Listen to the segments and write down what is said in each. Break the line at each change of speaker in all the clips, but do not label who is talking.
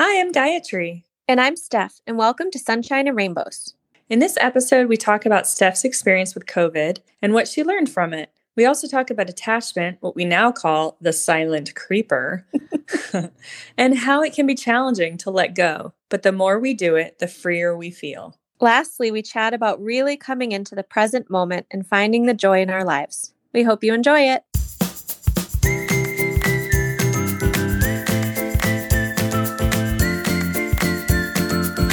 am Dietry.
And I'm Steph, and welcome to Sunshine and Rainbows.
In this episode, we talk about Steph's experience with COVID and what she learned from it. We also talk about attachment, what we now call the silent creeper, and how it can be challenging to let go. But the more we do it, the freer we feel.
Lastly, we chat about really coming into the present moment and finding the joy in our lives. We hope you enjoy it.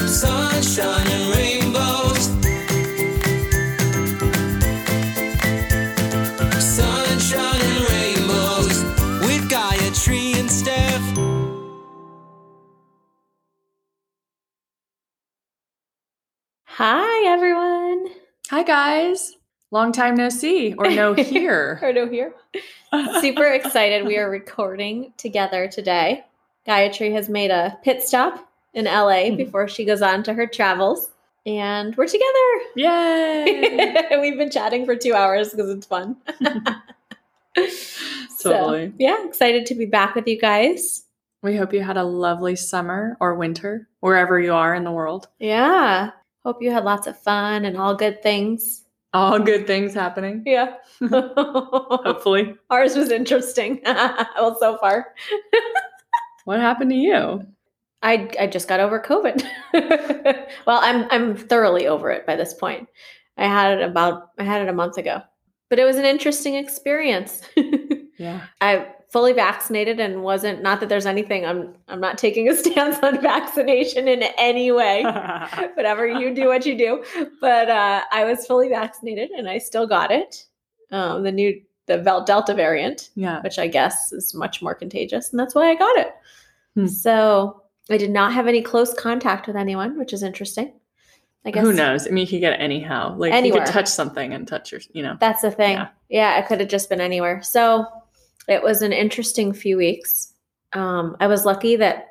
sunshine and rainbows. Sunshine and rainbows with Gaia Tree and Steph.
Hi, everyone.
Hi guys. Long time no see or no hear.
Or no here. Super excited. We are recording together today. Gayatri has made a pit stop in LA
Hmm.
before she goes on to her travels. And we're together.
Yay.
We've been chatting for two hours because it's fun. So,
Totally.
yeah, excited to be back with you guys.
we hope you had a lovely summer or winter wherever you are in the world.
Yeah. Hope you had lots of fun and all good things.
All good things happening.
Yeah.
Hopefully.
Ours was interesting. well, so far.
What happened to you?
I I just got over COVID. well, I'm I'm thoroughly over it by this point. I had it about I had it a month ago. But it was an interesting experience.
Yeah.
I fully vaccinated and wasn't not that there's anything I'm I'm not taking a stance on vaccination in any way. whatever you do what you do but uh, i was fully vaccinated and i still got it um, the new the Vel- delta variant
yeah.
which i guess is much more contagious and that's why i got it
Hmm.
so i did not have any close contact with anyone which is interesting i guess
Who knows? I mean, you could get it anyhow. Like you
Anywhere.
could touch something and touch your, you know.
that's the thing
Yeah.
yeah, yeah it could have just been anywhere so it was an interesting few weeks um, i was lucky that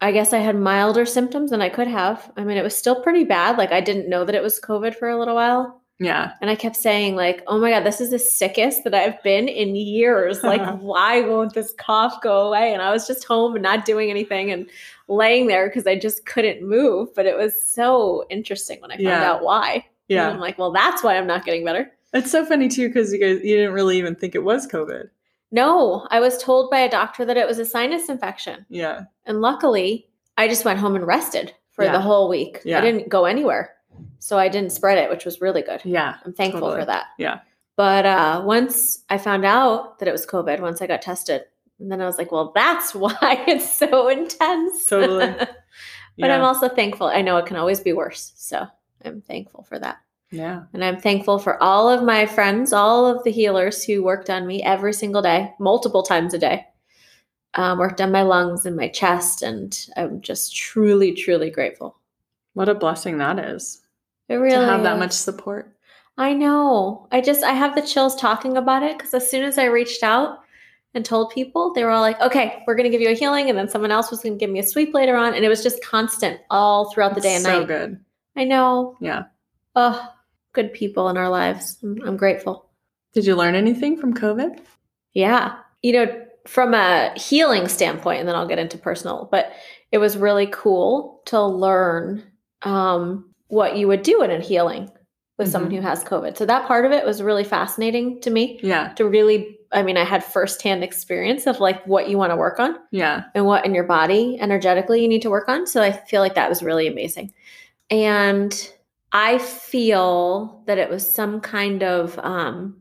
I guess I had milder symptoms than I could have. I mean, it was still pretty bad. Like, I didn't know that it was COVID for a little while.
Yeah.
And I kept saying, like, oh my God, this is the sickest that I've been in years. Like, why won't this cough go away? And I was just home and not doing anything and laying there because I just couldn't move. But it was so interesting when I found
Yeah.
out why. And I'm
Yeah.
like, well, that's why I'm not getting better.
It's so funny too cuz you guys you didn't really even think it was COVID.
No, I was told by a doctor that it was a sinus infection.
Yeah.
And luckily, I just went home and rested for
Yeah.
the whole week.
Yeah.
I didn't go anywhere. So I didn't spread it, which was really good.
Yeah.
I'm thankful
Totally.
for that.
Yeah.
But uh, once I found out that it was COVID, once I got tested, and then I was like, well, that's why it's so intense.
Totally.
but
Yeah.
I'm also thankful. I know it can always be worse. So I'm thankful for that.
yeah.
And I'm thankful for all of my friends, all of the healers who worked on me every single day, multiple times a day, um, worked on my lungs and my chest. And I'm just truly, truly grateful.
What a blessing that is.
It really
to have that
is.
much support.
I know. I just I have the chills talking about it because as soon as I reached out and told people, they were all like, "Okay, we're going to give you a healing," and then someone else was going to give me a sweep later on, and it was just constant all throughout the day and
so
night.
good.
I know.
Yeah.
Oh, good people in our lives. I'm, I'm grateful.
Did you learn anything from COVID?
Yeah. You know, from a healing standpoint, and then I'll get into personal, but it was really cool to learn um, what you would do in a healing with someone who has COVID. So that part of it was really fascinating to me.
Yeah.
to really i mean i had firsthand experience of like what you want to work on
Yeah.
and what in your body energetically you need to work on so i feel like that was really amazing and i feel that it was some kind of um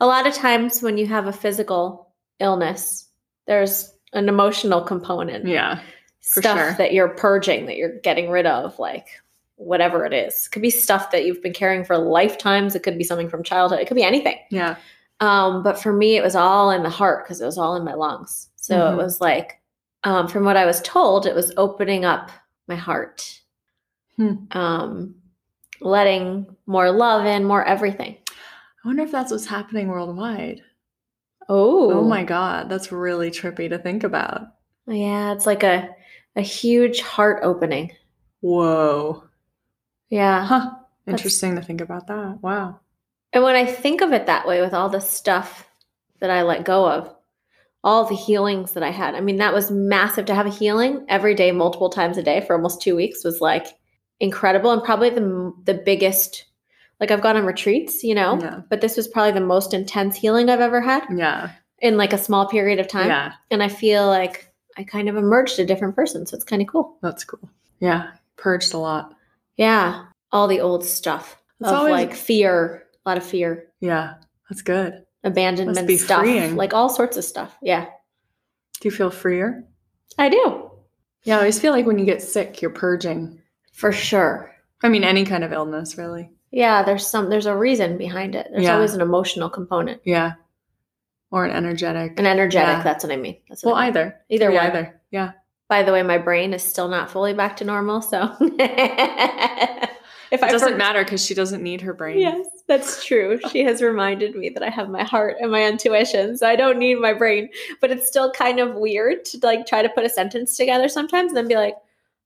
a lot of times when you have a physical illness there's an emotional component
Yeah. for
stuff
sure.
that you're purging that you're getting rid of like whatever it is could be stuff that you've been carrying for lifetimes it could be something from childhood it could be anything
Yeah.
um, but for me, it was all in the heart because it was all in my lungs. So
Mhm.
it was like, um, from what I was told, it was opening up my heart,
Hmm.
um, letting more love in, more everything.
I wonder if that's what's happening worldwide.
Oh,
Oh my God. That's really trippy to think about.
yeah, it's like a a huge heart opening.
Whoa.
Yeah,
Huh. Interesting to think about that. Wow.
and when I think of it that way, with all the stuff that I let go of, all the healings that I had. I mean, that was massive to have a healing every day, multiple times a day for almost two weeks was like incredible and probably the m- the biggest. Like I've gone on retreats, you know,
Yeah.
but this was probably the most intense healing I've ever had
Yeah.
in like a small period of time.
Yeah.
And I feel like I kind of emerged a different person, so it's kind of cool.
That's cool. Yeah. Purged a lot.
Yeah, all the old stuff
It's
of
always-
like fear, a lot of fear,
Yeah. That's good.
abandonment
Must be
stuff,
freeing.
like all sorts of stuff. Yeah,
Do you feel freer?
I do
Yeah. I always feel like when you get sick, you're purging.
for sure.
I mean, any kind of illness, really.
Yeah, there's some there's a reason behind it. There's
Yeah.
always an emotional component,
Yeah. Or an energetic.
an energetic.
Yeah.
That's what I mean. That's what
well,
I mean.
either.
either
Yeah,
one.
Either. Yeah.
By the way, my brain is still not fully back to normal, so if
It
I
doesn't
forget-
matter because she doesn't need her brain.
Yes, that's true. She has reminded me that I have my heart and my intuition, so I don't need my brain. But it's still kind of weird to like try to put a sentence together sometimes and then be like,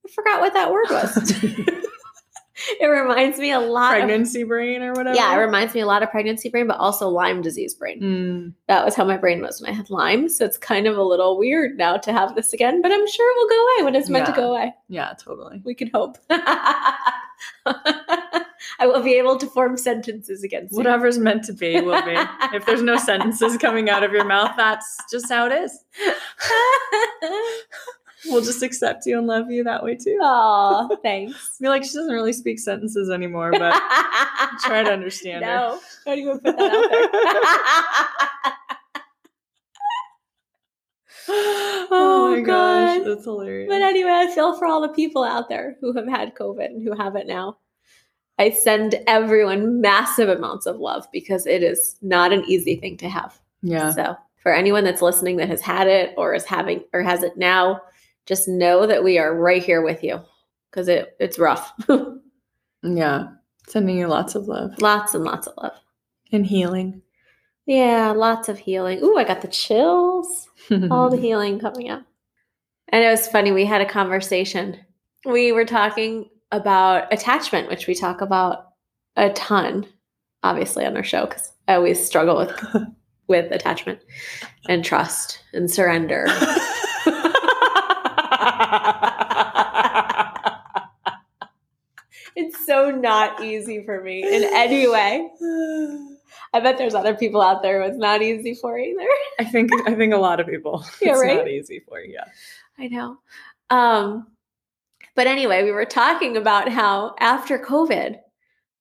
I forgot what that word was. it reminds me a lot
Pregnancy brain or
of
whatever.
Yeah, it reminds me a lot of pregnancy brain, but also Lyme disease brain.
Mm,
That was how my brain was when I had Lyme. So it's kind of a little weird now to have this again, but I'm sure it will go away when it's meant to
Yeah.
go away.
yeah, totally.
We can hope. I will be able to form sentences again. soon.
Whatever's meant to be will be. if there's no sentences coming out of your mouth, that's just how it is. We'll just accept you and love you that way too.
oh, thanks.
I feel like she doesn't really speak sentences anymore, but try to understand her.
No, don't even put that out there.
Oh,
Oh,
my gosh,
God.
that's hilarious.
but anyway, I feel for all the people out there who have had COVID and who have it now. I send everyone massive amounts of love because it is not an easy thing to have.
yeah,
So, for anyone that's listening that has had it or is having or has it now, just know that we are right here with you because it, it's rough.
yeah. Sending you lots of love
lots and lots of love.
and healing.
Yeah, lots of healing. Ooh, I got the chills. All the healing coming up. And it was funny. We had a conversation. We were talking about attachment, which we talk about a ton, obviously, on our show because I always struggle with with attachment and trust and surrender. it's so not easy for me in any way. I bet there's other people out there who it's not easy for either.
I think I think a lot of people.
Yeah,
it's
right?
not easy for you. Yeah.
I know. Um, but anyway, we were talking about how after COVID,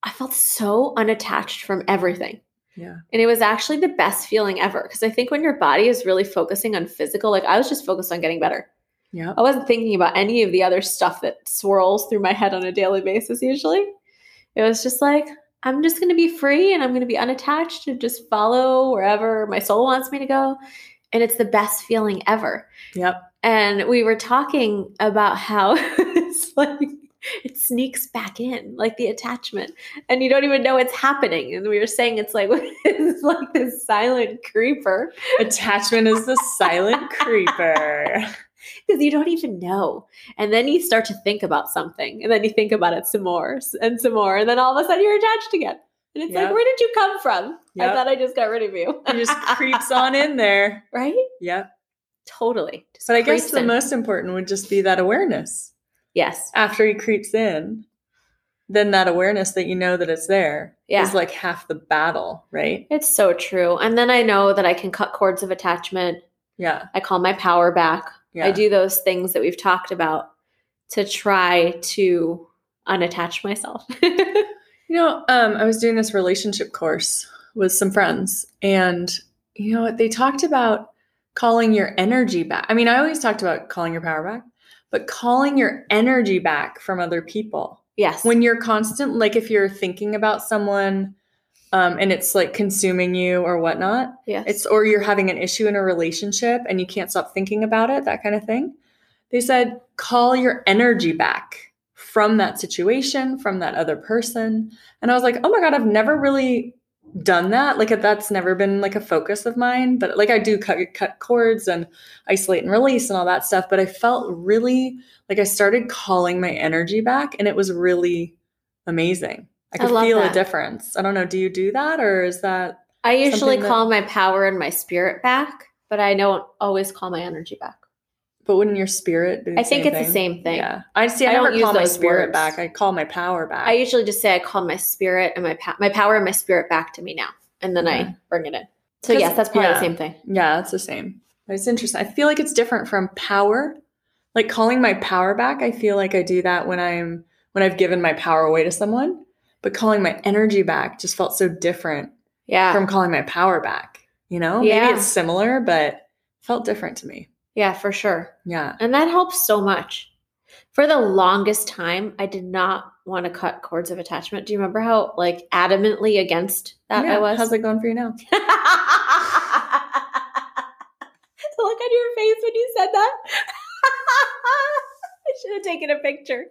I felt so unattached from everything.
Yeah.
And it was actually the best feeling ever. Cause I think when your body is really focusing on physical, like I was just focused on getting better.
Yeah.
I wasn't thinking about any of the other stuff that swirls through my head on a daily basis usually. It was just like, I'm just going to be free and I'm going to be unattached and just follow wherever my soul wants me to go. And it's the best feeling ever
Yep.
and we were talking about how it's like it sneaks back in like the attachment and you don't even know it's happening and we were saying it's like it's like this silent creeper
Attachment is the silent creeper.
because you don't even know and then you start to think about something and then you think about it some more s- and some more and then all of a sudden you're attached again and it's like
Yep.
where did you come from i
Yep.
thought i just got rid of you
It just creeps on in there.
right
Yep.
totally Just
But I guess
creeps
the
in.
most important would just be that awareness.
yes
After he creeps in, then that awareness that you know that it's there is
Yeah.
like half the battle, right?
it's so true and then i know that i can cut cords of attachment
Yeah.
I call my power back.
Yeah.
I do those things that we've talked about to try to unattach myself.
You know, um, I was doing this relationship course with some friends, and you know what? They talked about calling your energy back. I mean, I always talked about calling your power back, but calling your energy back from other people.
yes.
When you're constant, like if you're thinking about someone um, and it's like consuming you or whatnot,
yes.
it's or you're having an issue in a relationship and you can't stop thinking about it, that kind of thing. They said, call your energy back from that situation, from that other person. And I was like, oh my God, I've never really done that. Like that's never been like a focus of mine. But like I do cut cut cords and isolate and release and all that stuff. But I felt really like I started calling my energy back and it was really amazing. I
I
could
love
feel
that.
a difference. I don't know. Do you do that or is that
I usually
something that-
call my power and my spirit back. but I don't always call my energy back.
But wouldn't your spirit be the
I think
same
it's the
thing?
same thing.
Yeah. I see I,
I
never
don't
call
use
my
those
spirit
words.
back. I call my power back.
I usually just say I call my spirit and my pa- my power and my spirit back to me now, and then
Okay.
I bring it in. So
'Cause-
yes, that's probably
yeah.
the same thing.
yeah, it's the same. But It's interesting. I feel like it's different from power. Like calling my power back, I feel like I do that when I'm when I've given my power away to someone. But calling my energy back just felt so different
Yeah,
from calling my power back. You know?
Yeah.
Maybe it's similar, but felt different to me.
yeah, for sure.
Yeah.
And that helps so much. For the longest time, I did not want to cut cords of attachment. Do you remember how like adamantly against that
yeah.
I was?
How's it going for you now?
Look on your face when you said that. I should have taken a picture.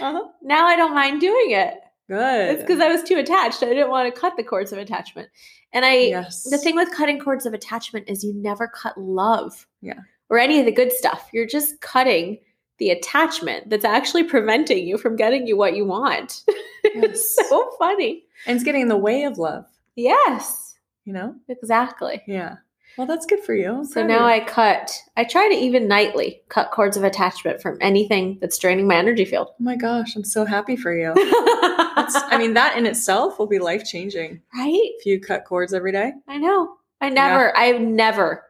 Uh-huh.
Now I don't mind doing it.
Good.
It's because I was too attached. I didn't want to cut the cords of attachment. And I,
yes.
the thing with cutting cords of attachment is you never cut love.
Yeah.
Or any of the good stuff. You're just cutting the attachment that's actually preventing you from getting you what you want.
Yes.
it's so funny.
and it's getting in the way of love,
Yes,
you know?
exactly.
Yeah. Well, that's good for you. I'm
So
proud of
now
you.
I cut, I try to even nightly cut cords of attachment from anything that's draining my energy field.
Oh my gosh, I'm so happy for you. That's, I
I
mean, that in itself will be life changing
right?
if you cut cords every day.
I know. I never, I never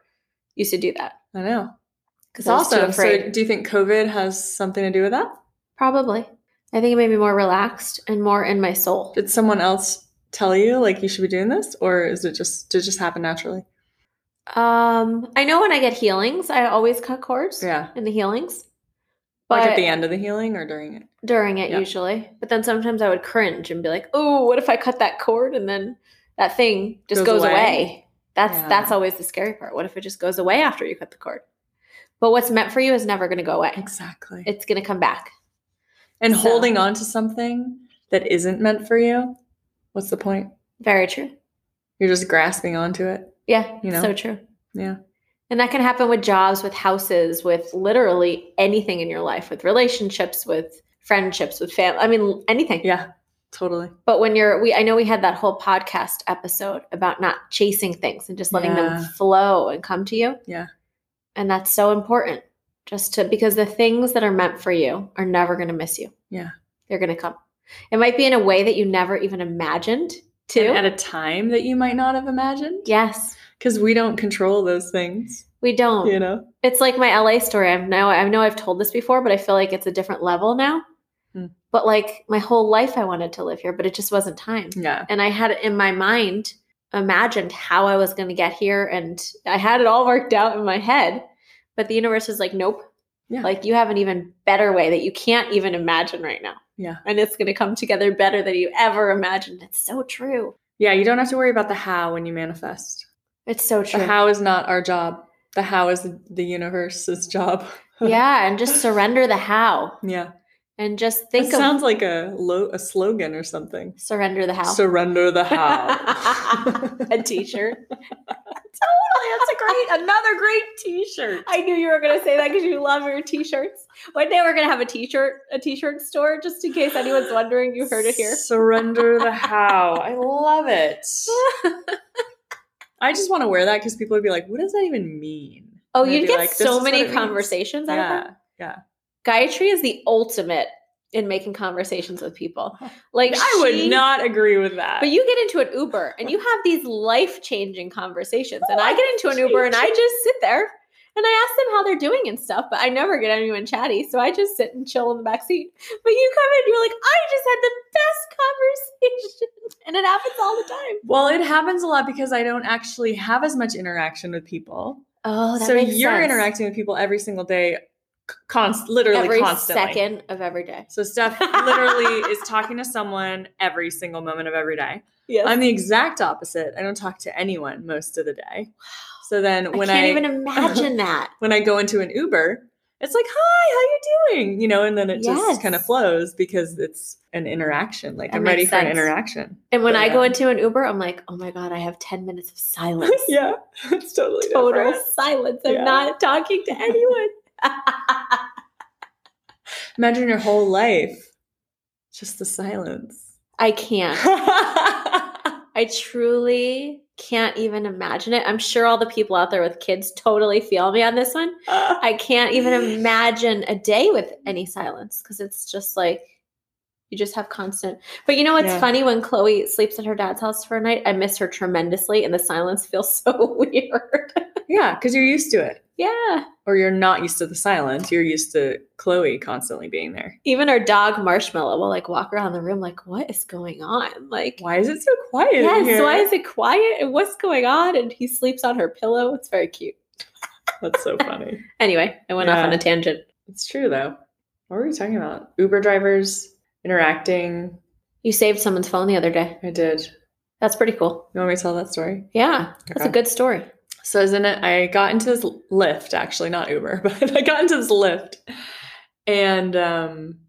used to do that.
I know.
Because
That's
also
awesome.
afraid.
So, do you think COVID has something to do with that?
Probably. I think it made me more relaxed and more in my soul.
Did someone else tell you like you should be doing this, or is it just did it just happen naturally?
Um, I know when I get healings, I always cut cords
Yeah,
in the healings. But
like at the end of the healing or during it.
during it
Yeah.
usually. But then sometimes I would cringe and be like, "Oh, what if I cut that cord and then that thing just
Goes
goes,
away.
away?" That's
Yeah.
that's always the scary part. What if it just goes away after you cut the cord? But what's meant for you is never going to go away.
Exactly.
It's um going to come back.
and
so-
holding on to something that isn't meant for you, what's the point?
Very true.
You're just grasping onto it.
Yeah,
You know?
so true.
Yeah.
And that can happen with jobs, with houses, with literally anything in your life, with relationships, with friendships, with family. I mean, anything.
Yeah, totally.
But when you're, we, I know we had that whole podcast episode about not chasing things and just letting
Yeah.
them flow and come to you.
Yeah.
And that's so important just to, because the things that are meant for you are never going to miss you.
Yeah.
They're going to come. It might be in a way that you never even imagined too.
And at a time that you might not have imagined
yes.
because we don't control those things,
We don't.
you know?
It's like my LA story. I know I know I've told this before, but I feel like it's a different level now.
Hmm.
But like my whole life I wanted to live here, but it just wasn't time.
Yeah.
And I had it in my mind imagined how I was going to get here and I had it all worked out in my head. But the universe is like, nope.
Yeah.
Like you have an even better way that you can't even imagine right now.
Yeah.
And it's going to come together better than you ever imagined. It's so true.
Yeah, you don't have to worry about the how when you manifest.
It's so true.
The how is not our job. The how is the, the universe's job.
yeah, and just surrender the how
yeah.
and just
It
think of
sounds like a lo- a slogan or something.
surrender the how.
Surrender the how.
a t-shirt.
Totally, that's a great another great t-shirt.
I knew you were gonna say that because you love your t-shirts. One day we're gonna have a t-shirt, a t-shirt store, just in case anyone's wondering. You heard it here.
Surrender the how. I love it. I just want to wear that because people would be like, "What does that even mean?"
Oh,
And I'd
you'd
be
get
like, "This is
so
what it
many
means."
conversations out of
Yeah.
that. Gayatri is the ultimate in making conversations with people. Like
I
she-
would not agree with that.
But you get into an Uber and you have these life-changing conversations, and I get into an Uber and I just sit there and I ask them how they're doing and stuff. But I never get anyone chatty, so I just sit and chill in the back seat. But you come in, you're like, I just had the best conversation, and it happens all the time.
Well, it happens a lot because I don't actually have as much interaction with people.
Oh,
so you're interacting with people every single day, c- const- literally
every
constantly.
second of every day.
So Steph literally is talking to someone every single moment of every day.
Yes,
I'm the exact opposite. I don't talk to anyone most of the day. So then when
I
I,
can't even imagine that.
when I go into an Uber, it's like, "Hi, how you doing?" You know, and then it
Yes.
just kind of flows because it's an interaction. Like
That
I'm ready
makes
for an
sense.
interaction.
And when I go
Yeah.
into an Uber, I'm like, oh my god, I have ten minutes of silence.
Yeah, it's totally
Total
different.
silence. I'm
Yeah.
not talking to anyone.
Imagine your whole life, just the silence.
I can't.
I
I truly can't even imagine it. I'm sure all the people out there with kids totally feel me on this one. I can't even imagine a day with any silence because it's just like you just have constant. But you know what's
Yeah.
funny? When Chloe sleeps at her dad's house for a night, I miss her tremendously, and the silence feels so weird.
yeah, because you're used to it.
yeah.
Or you're not used to the silence. You're used to Chloe constantly being there.
Even our dog Marshmallow will like walk around the room like, what is going on? Like,
Why is it so quiet? in
yes,
here?
why is it quiet? And what's going on? And he sleeps on her pillow. It's very cute.
That's so funny.
Anyway, I went off
Yeah.
on a tangent.
It's true though. What were we talking about? Uber drivers interacting.
You saved someone's phone the other day.
I did.
That's pretty cool.
You want me to tell that story?
Yeah, that's a
Okay.
good story.
So as in it, I got into this lift, actually, not Uber, but I got into this lift. And um,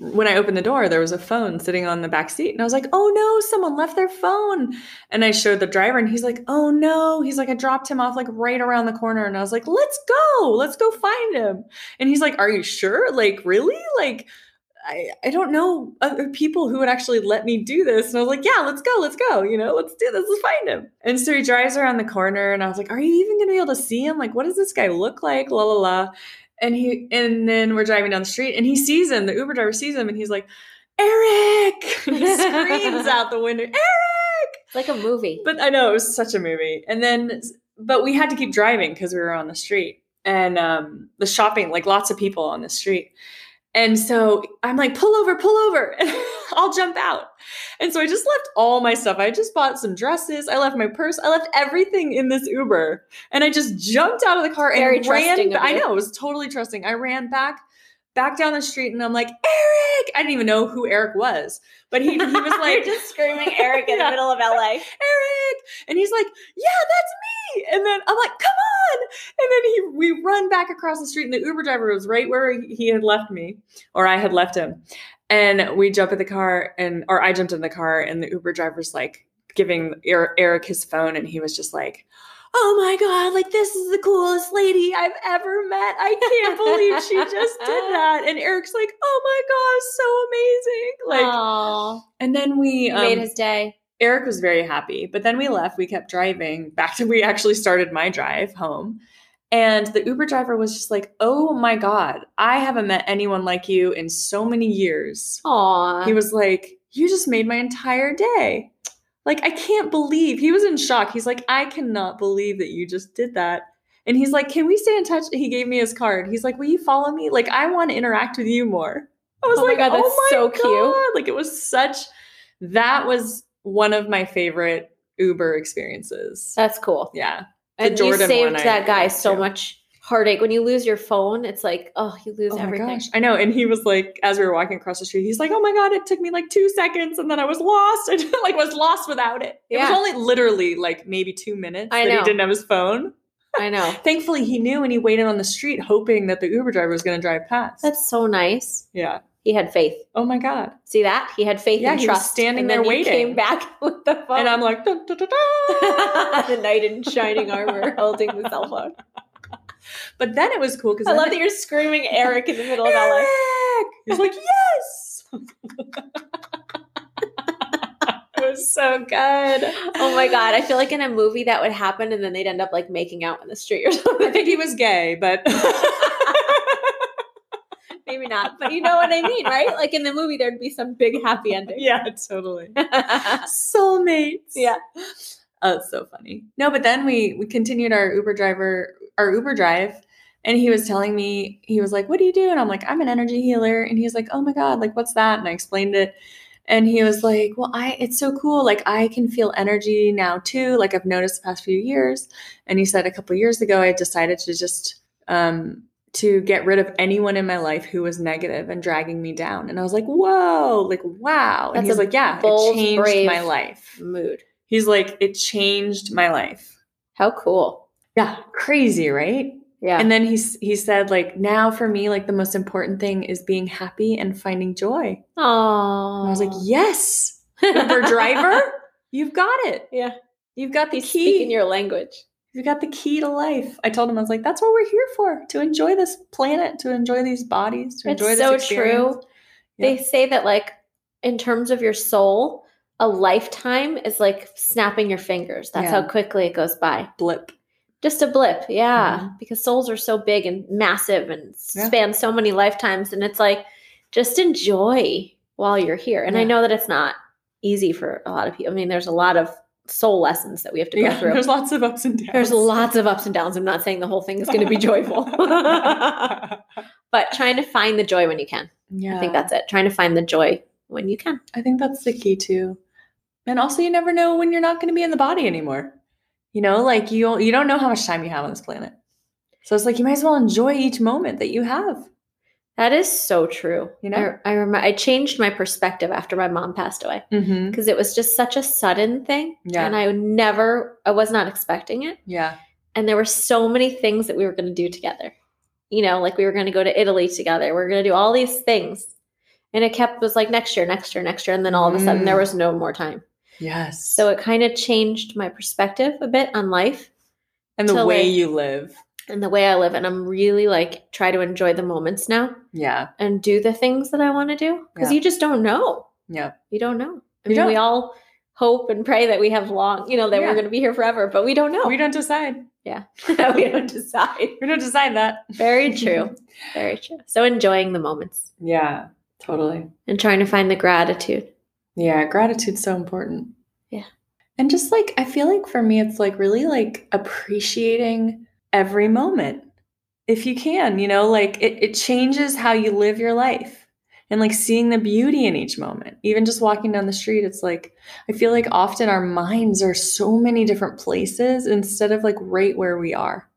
when I opened the door, there was a phone sitting on the back seat. And I was like, oh no, someone left their phone. And I showed the driver and he's like, oh no. He's like, I dropped him off like right around the corner. And I was like, let's go. Let's go find him. And he's like, are you sure? Like, really? Like, I, I don't know other people who would actually let me do this. And I was like, yeah, let's go, let's go, you know, let's do this, let's find him. And so he drives around the corner and I was like, are you even gonna be able to see him? Like, what does this guy look like? La la la. And he and then we're driving down the street and he sees him, the Uber driver sees him and he's like, Eric! And he screams out the window, Eric!
It's like a movie.
But I know it was such a movie. And then, but we had to keep driving because we were on the street and um, the shopping, like lots of people on the street. And so I'm like, pull over, pull over, and I'll jump out. And so I just left all my stuff. I just bought some dresses. I left my purse. I left everything in this Uber. And I just jumped out of the car
Very
and ran.
trusting of
ba- I
you.
know it was totally trusting. I ran back, back down the street, and I'm like, Eric. I didn't even know who Eric was, but he, he was like,
just screaming Eric
Yeah.
middle of LA.
Eric. And he's like, yeah, that's me. And then I'm like, come on. And then he, we run back across the street and the Uber driver was right where he had left me or I had left him. And we jump in the car and, or I jumped in the car and the Uber driver's like giving Er- Eric his phone. And he was just like, Oh my God, like this is the coolest lady I've ever met. I can't believe she just did that. And Eric's like, oh my gosh, so amazing. Like,
Aww.
and then we
You made
um,
his day.
Eric was very happy, but then we left. We kept driving back to we actually started my drive home. And the Uber driver was just like, Oh my God, I haven't met anyone like you in so many years.
Aww.
He was like, You just made my entire day. Like, I can't believe he was in shock. He's like, I cannot believe that you just did that. And he's like, Can we stay in touch? He gave me his card. He's like, Will you follow me? Like, I want to interact with you more. I was
Oh my
like,
God, that's
Oh my
so
God.
cute.
Like, it was such that was one of my favorite Uber experiences.
That's cool.
Yeah. the
And you
Jordan
saved
one I
that guy
liked
so
too.
much heartache. When you lose your phone, it's like, oh, you lose everything.
I know. And he was like, as we were walking across the street, he's like, oh my God, it took me like two seconds and then I was lost. And like was lost without it. It
Yeah.
was only literally like maybe two minutes
I
that
know.
he didn't have his phone.
I know.
Thankfully he knew and he waited on the street hoping that the Uber driver was gonna drive past.
That's so nice.
yeah.
He had faith.
Oh my God.
See that? He had faith
Yeah,
and
he was
trust.
standing
and then
there
you Came
waiting.
back with the phone.
And I'm like, "Dun, dun, dun, dun."
the knight in shining armor holding the cell phone.
but then it was cool because
I love that you're screaming Eric in the middle of LA.
Eric! He's like, yes! it was so good.
Oh my god, I feel like in a movie that would happen and then they'd end up like making out in the street or
I
something.
think he was gay, but
Maybe not, but you know what I mean, right? Like in the movie there'd be some big happy ending.
yeah, totally.
Yeah.
Soulmates.
Yeah.
Oh, it's so funny. No, but then we we continued our Uber driver, our Uber drive, and he was telling me, he was like, What do you do? And I'm like, I'm an energy healer. And he was like, Oh my God, like what's that? And I explained it. And he was like, Well, I it's so cool. Like I can feel energy now too. Like I've noticed the past few years. And he said a couple years ago, I decided to just um to get rid of anyone in my life who was negative and dragging me down. And I was like, whoa, like wow.
That's
and he's
a
like, yeah,
bold,
it changed
brave-
my life.
Mood.
He's like, it changed my life.
How cool.
Yeah, crazy, right?
Yeah.
And then he s- he said like, now for me, like the most important thing is being happy and finding joy.
oh.
And I was like, yes, Uber driver, you've got it.
Yeah.
You've got the
He's
key.
speaking your language.
you've got the key to life. I told him I was like, that's what we're here for, to enjoy this planet, to enjoy these bodies, to
It's
enjoy this
so
experience.
true. They say that like in terms of your soul, a lifetime is like snapping your fingers. That's how
Yeah.
quickly it goes by.
blip.
Just a blip, yeah. Because souls are so big and massive and
Mm-hmm. Yeah.
span so many lifetimes. And it's like, just enjoy while you're here. And I
Yeah.
know that it's not easy for a lot of people. I mean, there's a lot of soul lessons that we have to go
Yeah,
through.
there's lots of ups and downs.
There's lots of ups and downs. I'm not saying the whole thing is going to be joyful, but trying to find the joy when you can.
yeah,
I think that's it. Trying to find the joy when you can.
I think that's the key too. And also, you never know when you're not going to be in the body anymore. You know, like you you don't know how much time you have on this planet. So it's like you might as well enjoy each moment that you have.
That is so true.
You know?
I, I remember I changed my perspective after my mom passed away
Mm-hmm.
because it was just such a sudden thing,
Yeah.
and I never, I was not expecting it.
Yeah.
And there were so many things that we were going to do together. You know, like we were going to go to Italy together. We are going to do all these things, and it kept was like next year, next year, next year, and then all of a sudden
Mm.
there was no more time.
Yes.
So it kind of changed my perspective a bit on life
and the
to,
way
like-
you live.
and the way I live. And I'm really like try to enjoy the moments now
Yeah.
and do the things that I want to do because
Yeah.
you just don't know.
Yeah.
You don't know. I
You
mean, we
don't.
all hope and pray that we have long, you know, that
Yeah.
we're going to be here forever, but we don't know.
We don't decide.
don't, we don't decide.
We don't decide that.
Very true. Very true. So enjoying the moments
Yeah. Totally.
and trying to find the gratitude.
Yeah, gratitude's so important.
Yeah.
And just like I feel like for me it's like really like appreciating every moment. If you can, you know, like it, it changes how you live your life and like seeing the beauty in each moment. Even just walking down the street, it's like I feel like often our minds are so many different places instead of like right where we are.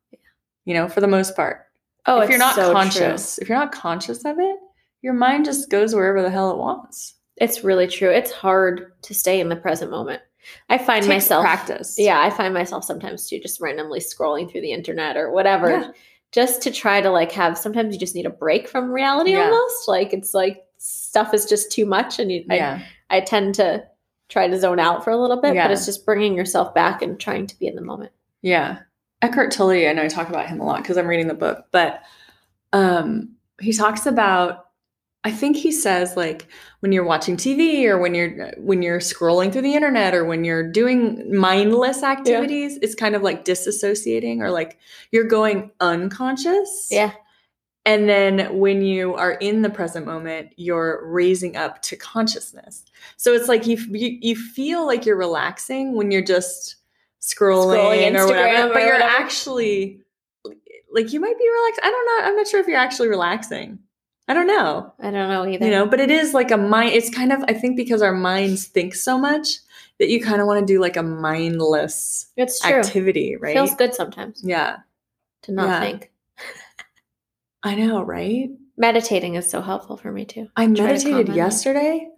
You know, for the most part.
Oh,
if you're
it's
not
so true.
conscious, if you're not conscious of it, your mind just goes wherever the hell it wants.
It's really true. It's hard to stay in the present moment. I find
Takes
myself
practice.
Yeah, I find myself sometimes too just randomly scrolling through the internet or whatever.
Yeah.
Just to try to like have sometimes you just need a break from reality
Yeah.
almost. Like it's like stuff is just too much and you,
Yeah.
I, I tend to try to zone out for a little bit,
Yeah.
but it's just bringing yourself back and trying to be in the moment.
Yeah. Eckhart Tolle, I know I talk about him a lot because I'm reading the book, but um, he talks about, I think he says like when you're watching TV or when you're when you're scrolling through the internet or when you're doing mindless activities, it's kind of like disassociating or like you're going unconscious.
Yeah.
And then when you are in the present moment, you're raising up to consciousness. So it's like you you, you feel like you're relaxing when you're just scrolling,
Scrolling Instagram
or whatever,
or
but you're
whatever.
actually like you might be relaxed. I don't know. I'm not sure if you're actually relaxing. I don't know.
I don't know either.
You know, but it is like a mind. It's kind of I think because our minds think so much that you kind of want to do like a mindless
it's true.
activity, right?
Feels good sometimes
yeah,
to not
Yeah.
think.
I know, right?
Meditating is so helpful for me too.
I
to calm
meditated
my mind.
yesterday.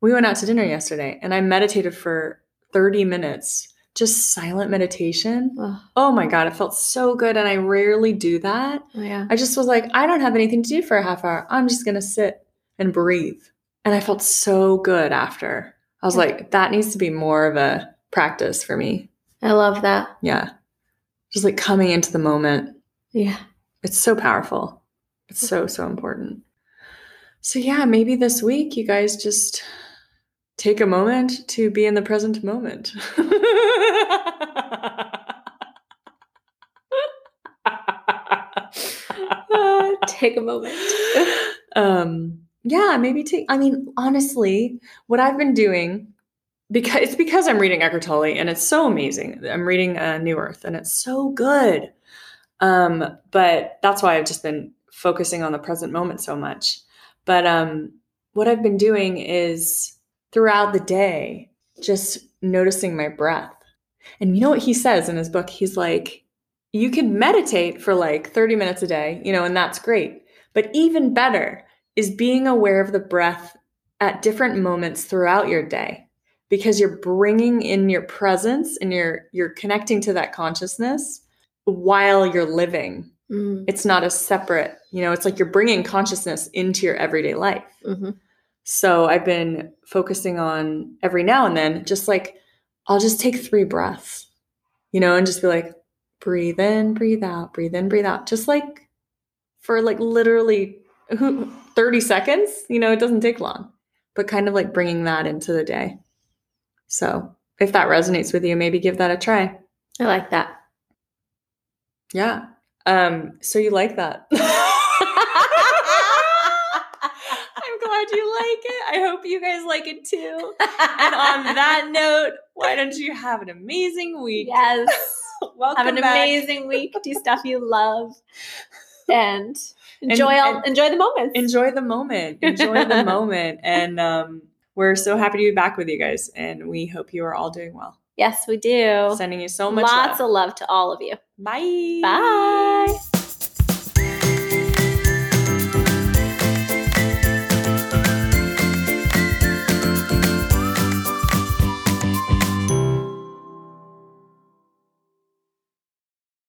We went out to dinner yesterday and I meditated for 30 minutes, just silent meditation.
Oh,
Oh my God, it felt so good. And I rarely do that.
yeah.
I just was like, I don't have anything to do for a half hour. I'm just going to sit and breathe. And I felt so good after. I was
Yeah.
like, that needs to be more of a practice for me.
I love that.
Yeah. Just like coming into the moment.
Yeah.
It's so powerful. It's so, so important. So, yeah, maybe this week you guys just take a moment to be in the present moment.
Uh, take a moment.
um, yeah, maybe take, I mean, honestly, what I've been doing. Because it's because I'm reading Eckhart Tolle and it's so amazing. I'm reading uh, New Earth and it's so good. Um, but that's why I've just been focusing on the present moment so much. But um, what I've been doing is throughout the day, just noticing my breath. And you know what he says in his book? He's like, you can meditate for like 30 minutes a day, you know, and that's great. But even better is being aware of the breath at different moments throughout your day because you're bringing in your presence and you're you're connecting to that consciousness while you're living.
Mm,
It's not a separate, you know, it's like you're bringing consciousness into your everyday life.
mhm.
So I've been focusing on every now and then, just like I'll just take three breaths, you know, and just be like, breathe in, breathe out, breathe in, breathe out, just like for like literally who- 30 seconds, you know, it doesn't take long, but kind of like bringing that into the day. So if that resonates with you, maybe give that a try.
I like that.
Yeah. Um, so you like that. I'm glad you like it. I hope you guys like it too. And on that note, why don't you have an amazing week?
yes.
Welcome
Have an
back.
amazing week. Do stuff you love, and
And-
enjoy all,
and-
enjoy the moments.
enjoy the moment. Enjoy the moment. And um, we're so happy to be back with you guys. And we hope you are all doing well.
Yes, we do.
Sending you so much
Lots
love.
of love to all of you.
Bye.
Bye.